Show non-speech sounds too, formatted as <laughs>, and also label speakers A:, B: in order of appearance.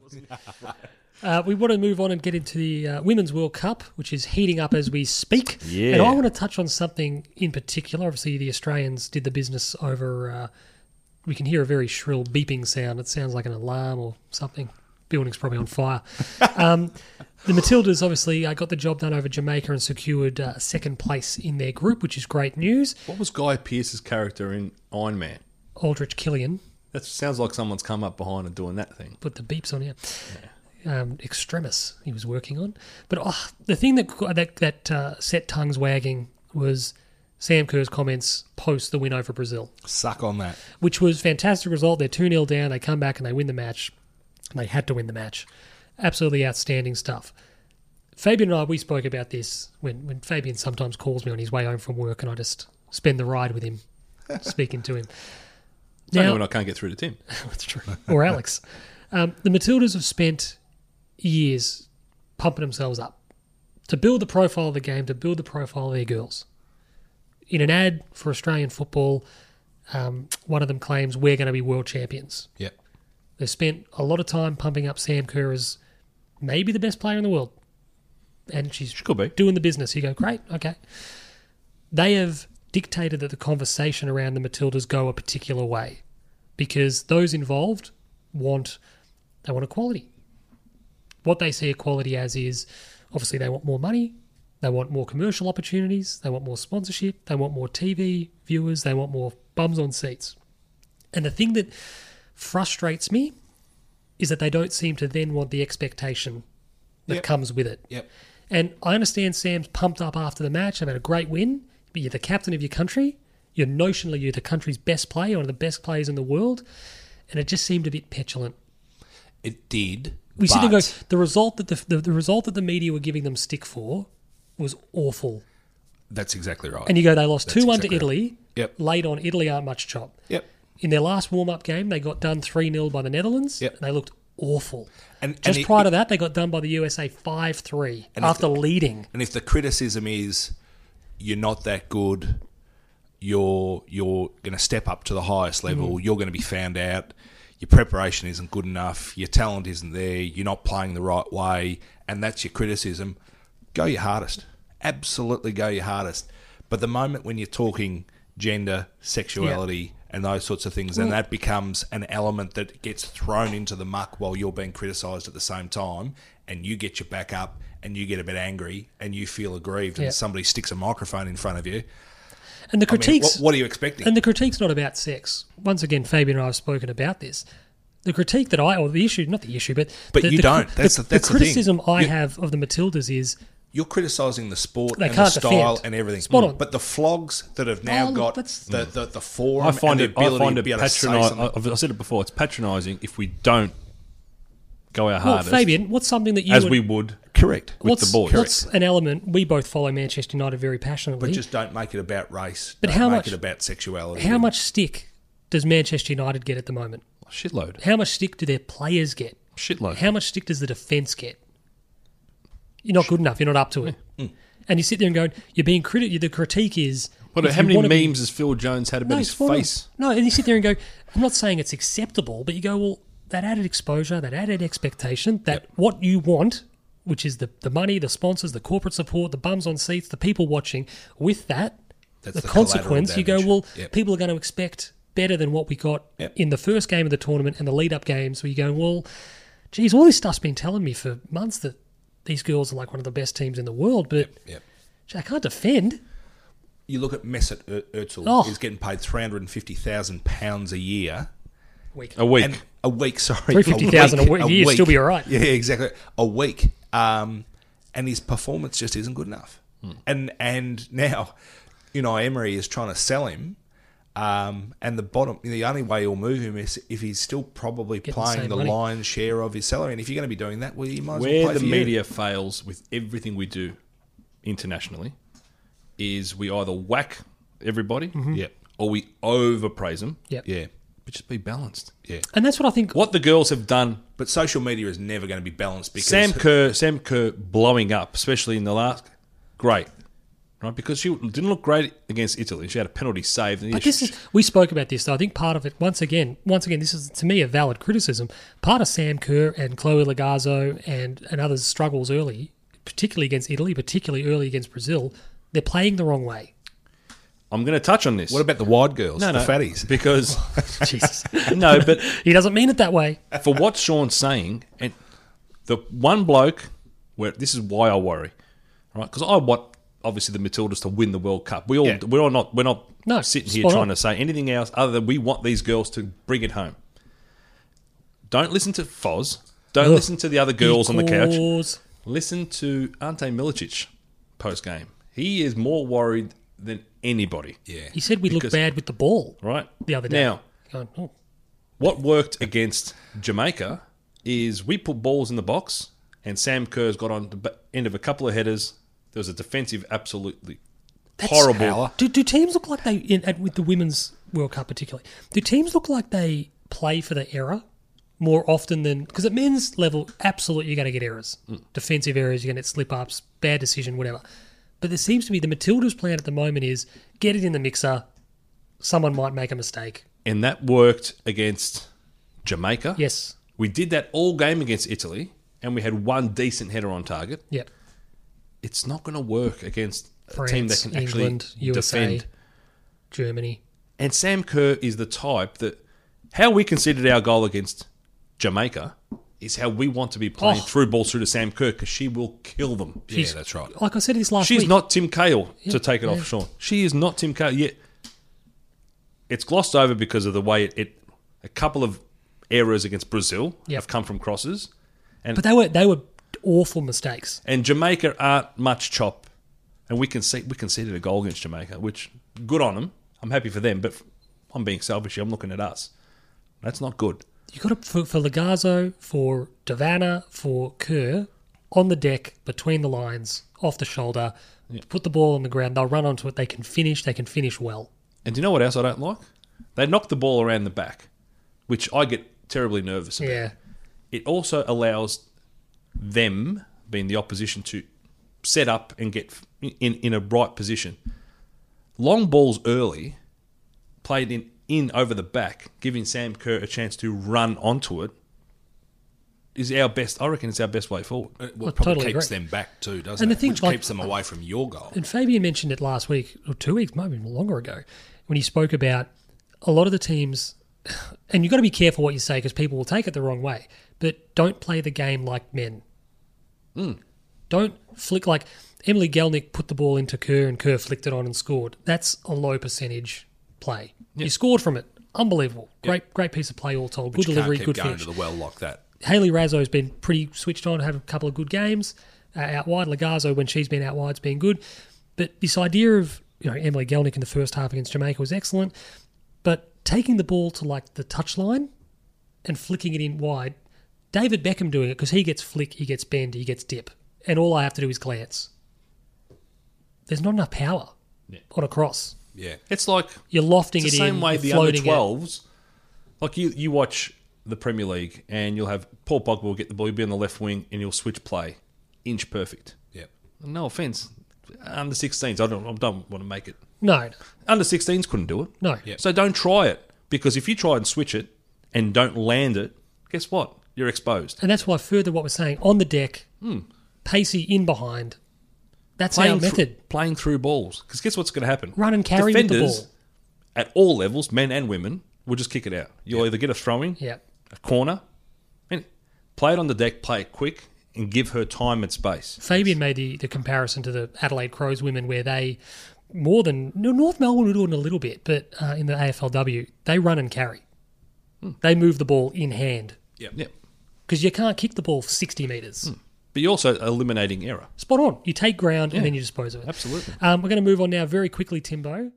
A: wasn't it?
B: Uh, we want to move on and get into the uh, Women's World Cup, which is heating up as we speak.
C: Yeah.
B: And I want to touch on something in particular. Obviously, the Australians did the business over. Uh, we can hear a very shrill beeping sound. It sounds like an alarm or something. Building's probably on fire. Um, the Matildas obviously uh, got the job done over Jamaica and secured uh, second place in their group, which is great news.
A: What was Guy Pearce's character in Iron Man?
B: Aldrich Killian
A: That sounds like someone's come up behind and doing that thing.
B: put the beeps on here. Um, Extremis he was working on, but oh, the thing that that, that uh, set tongues wagging was Sam Kerr's comments post the win over Brazil,
C: Suck on that.
B: which was fantastic result. They're two 0 down, they come back and they win the match. And they had to win the match. Absolutely outstanding stuff. Fabian and I we spoke about this when when Fabian sometimes calls me on his way home from work, and I just spend the ride
C: <laughs>
B: with him, speaking to him.
A: It's only when I can't get through to Tim.
B: That's true. <laughs> Or Alex. Um, the Matildas have spent years pumping themselves up to build the profile of the game, to build the profile of their girls. In an ad for Australian football, um, one of them claims we're going to be world champions.
C: Yep.
B: They've spent a lot of time pumping up Sam Kerr as maybe the best player in the world. And she's
A: Could be.
B: doing the business. You go, great, okay. They have dictated that the conversation around the Matildas go a particular way because those involved want they want equality. What they see equality as is obviously they want more money, they want more commercial opportunities, they want more sponsorship, they want more TV viewers, they want more bums on seats. And the thing that frustrates me is that they don't seem to then want the expectation that
C: Yep.
B: comes with it.
C: Yep.
B: And I understand Sam's pumped up after the match. I've had a great win, but you're the captain of your country. You're notionally you're the country's best player, one of the best players in the world, and it just seemed a bit petulant.
C: It did.
B: We sit and go.
C: but
B: The result that the, the the result that the media were giving them stick for was awful.
C: That's exactly right.
B: And you go, they lost
C: That's
B: two one to
C: exactly right.
B: Italy.
C: Yep.
B: Late on, Italy aren't much chop.
C: Yep.
B: In their last warm up game, they got done three 0 by the Netherlands.
C: Yep.
B: And they looked awful.
C: And- and
B: just
C: it-
B: prior to that, they got done by the USA five three
C: if
B: after leading.
C: And if the criticism is you're not that good, you're you're going to step up to the highest level, you're going to be found out, your preparation isn't good enough, your talent isn't there, you're not playing the right way, and that's your criticism, go your hardest. Absolutely go your hardest. But the moment when you're talking gender, sexuality, and those sorts of things, then that becomes an element that gets thrown into the muck while you're being criticised at the same time, and you get your back up, and you get a bit angry, and you feel aggrieved,
B: Yeah.
C: and somebody sticks a microphone in front of you.
B: And the
C: I mean,
B: critiques.
C: what, what are you expecting?
B: And the critique's not about sex. Once again, Fabian and I have spoken about this. The critique that I, or the issue, not the issue, but
C: But
B: the,
C: you
B: the-
C: don't. That's the- that's the thing.
B: criticism I
C: You-
B: have of the Matildas is
C: You're criticising the sport
B: They
C: and the
B: can't
C: style
B: defend.
C: and everything,
B: Spot on.
C: but the flogs that have now
B: Well,
C: got
B: that's-
C: the, the the forum.
D: I find
C: and
D: it.
C: the ability
D: I find
C: to
D: it
C: be able to say
D: patronising.
C: something.
D: I've I said it before. It's patronising if we don't go
C: Ah,
D: our
B: well,
D: hardest
B: Fabian. What's something that you
D: as
B: would,
D: we would.
C: Correct.
D: with
B: what's,
D: the boys.
B: What's an element we both follow Manchester United very passionately.
C: But just don't make it about race.
B: But
C: don't
B: how
C: make
B: much-
C: it about sexuality.
B: how much stick does Manchester United get at the moment?
D: Shitload.
B: How much stick do their players get?
D: Shitload.
B: How much stick does the defence get? You're not good enough. You're not up to it.
C: Mm.
B: And you sit there and going, you're being critical. The critique is,
D: What,
B: if
D: how
B: you
D: many
B: wanna be-
D: memes has Phil Jones had about
B: no,
D: his
B: spot on.
D: face?
B: No, and you sit there and go, I'm not saying it's acceptable, but you go, well, that added exposure, that added expectation, that what you want, which is the, the money, the sponsors, the corporate support, the bums on seats, the people watching, with that,
C: That's
B: the,
C: the collateral
B: consequence, you go,
C: damage.
B: well,
C: Yep.
B: people are going to expect better than what we got
C: Yep.
B: in the first game of the tournament and the lead up games, where you go, well, geez, all this stuff's been telling me for months that these girls are like one of the best teams in the world, but
C: Yep.
B: gee, I can't defend.
C: You look at Mesut Ö- Özil.
B: Oh.
C: He's getting paid three hundred and fifty thousand pounds a year.
B: Week.
D: A week.
C: And a week, sorry.
B: 350,000 a week- year, still be all right.
C: Yeah, exactly. A week. Um, and his performance just isn't good enough.
D: Hmm.
C: And and now, you know, Emery is trying to sell him. Um, and the bottom, the only way he'll move him is if he's still probably
B: the
C: playing
B: same
C: the
B: money.
C: lion's share of his salary. And if you're going to be doing that, well, you might as well
D: Where
C: play
D: the
C: for you.
D: media fails with everything we do internationally is we either whack everybody
B: Mm-hmm.
C: Yep.
D: or we overpraise them.
B: Yep.
C: Yeah,
D: But just be balanced.
C: yeah.
B: And that's what I think.
D: What the girls have done,
C: But social media is never going to be balanced because
D: Sam Kerr, Sam Kerr blowing up, especially in the last. Great. right? Because she didn't look great against Italy. She had a penalty saved. And
B: But
D: yeah,
B: this
D: she-
B: is we spoke about this. Though. I think part of it once again, once again, this is to me a valid criticism. Part of Sam Kerr and Chloe Lagazzo and and others' struggles early, particularly against Italy, particularly early against Brazil, they're playing the wrong
D: <laughs>
B: way.
D: I'm going to touch on this.
C: What about the wide girls,
D: no,
C: the
D: no,
C: fatties?
D: Because
B: Jesus,
D: no, but
B: he doesn't mean it that way.
D: for what Sean's saying, and the one bloke where this is why I worry, right? Because I want obviously the Matildas to win the World Cup. We all
C: Yeah.
D: we're all not we're not
B: No,
D: sitting here
B: spot on.
D: trying to say anything else other than we want these girls to bring it home. Don't listen to Foz. Don't
B: Ugh.
D: listen to the other girls on the couch.
B: Because-
D: Listen to Ante Milicic post game. He is more worried than anybody.
C: Yeah.
B: He said we look
D: Because-
B: bad with the ball
D: Right?
B: the other day.
D: Now,
B: Going, oh,
D: what worked against Jamaica is we put balls in the box, and Sam Kerr's got on the ba- end of a couple of headers. There was a defensive, absolutely
B: that's-
D: horrible.
B: Do, do teams look like they in, at, with the women's World Cup particularly? Do teams look like they play for the error more often than because at men's level, absolutely you're going to get errors,
D: Hmm.
B: defensive errors, you're going to get slip ups, bad decision, whatever. But there seems to be the Matildas' plan at the moment is get it in the mixer. Someone might make a mistake.
D: And that worked against Jamaica.
B: Yes.
D: We did that all game against Italy, and we had one decent header on target.
B: Yep.
D: It's not going to work against a
B: France,
D: team that can actually
B: England, USA,
D: defend.
B: Germany.
D: And Sam Kerr is the type that how we considered our goal against Jamaica is how we want to be playing
B: Oh.
D: through balls through to Sam Kerr because she will kill them.
C: Yeah, that's right.
B: Like I said this last
D: She's
B: week.
D: not Tim Cahill
B: Yeah,
D: to take it
B: yeah.
D: off Sean. She is not Tim Cahill yet. It's glossed over because of the way it, it a couple of errors against Brazil
B: Yep.
D: have come from crosses.
B: But they were they were awful mistakes.
D: And Jamaica aren't much chop. And we can see we conceded a goal against Jamaica, which good on them. I'm happy for them, but I'm being selfish. here. I'm looking at us. That's not good.
B: You got to for, for Legazzo, for Davana, for Kerr on the deck, between the lines, off the shoulder. Put the ball on the ground. They'll run onto it. They can finish. They can finish well.
D: And do you know what else I don't like? They knock the ball around the back, which I get terribly nervous about.
B: Yeah.
D: It also allows them, being the opposition, to set up and get f- in, in a right position. Long balls early, played in, in over the back, giving Sam Kerr a chance to run onto it, is our best. I reckon it's our best way forward.
C: It
B: I
C: well, probably
B: totally
C: keeps
B: agree.
C: them back too, doesn't
B: And the
C: it?
B: thing,
C: Which
B: like-
C: keeps them away from your goal.
B: And Fabian mentioned it last week or two weeks, maybe even longer ago, when he spoke about a lot of the teams. <sighs> And you've got to be careful what you say because people will take it the wrong way. But don't play the game like men.
C: Hmm.
B: Don't flick like Emily Gelnick put the ball into Kerr and Kerr flicked it on and scored. That's a low percentage play. You scored from it. Unbelievable. Great, great piece of play all told.
C: Which
B: good
C: you
B: delivery,
C: can't keep
B: good
C: going
B: finish.
C: to the well like that.
B: Haley Razzo's been pretty switched on, had a couple of good games uh, out wide. Legazzo, when she's been out wide's been good. But this idea of you know Emily Gelnick in the first half against Jamaica was excellent, but taking the ball to like the touchline and flicking it in wide, David Beckham doing it because he gets flick, he gets bend, he gets dip, and all I have to do is glance. There's not enough power on a cross.
C: Yeah.
D: It's like
B: You're lofting
D: it's
B: it
D: the same
B: in,
D: way
B: you're
D: the under
B: floating it.
D: 12s like you you watch the premier league and you'll have paul pogba will get the ball you'll be on the left wing and you'll switch play inch perfect
C: Yeah.
D: no offense under 16s i don't i don't want to make it
B: No,
D: under 16s couldn't do it
B: no.
C: Yeah.
D: so don't try it because if you try and switch it and don't land it guess what you're exposed
B: And that's why further what we're saying on the deck, pacey in behind. That's our
D: through-
B: method.
D: Hmm. playing through balls because guess what's going to happen
B: Run and carry with the ball.
D: at all levels men and women will just kick it out you'll either get a throw in
B: Yeah.
D: a corner, and play it on the deck, play it quick, and give her time and space.
B: Fabian made the, the comparison to the Adelaide Crows women, where they more than no, North Melbourne were doing it a little bit, but uh, in the AFLW they run and carry.
D: Hmm.
B: They move the ball in hand
D: Yeah.
B: because you can't kick the ball sixty meters.
D: Hmm. But you're also eliminating error.
B: Spot on. You take ground and then you dispose of it.
D: Absolutely.
B: Um, we're going to move on now very quickly, Timbo,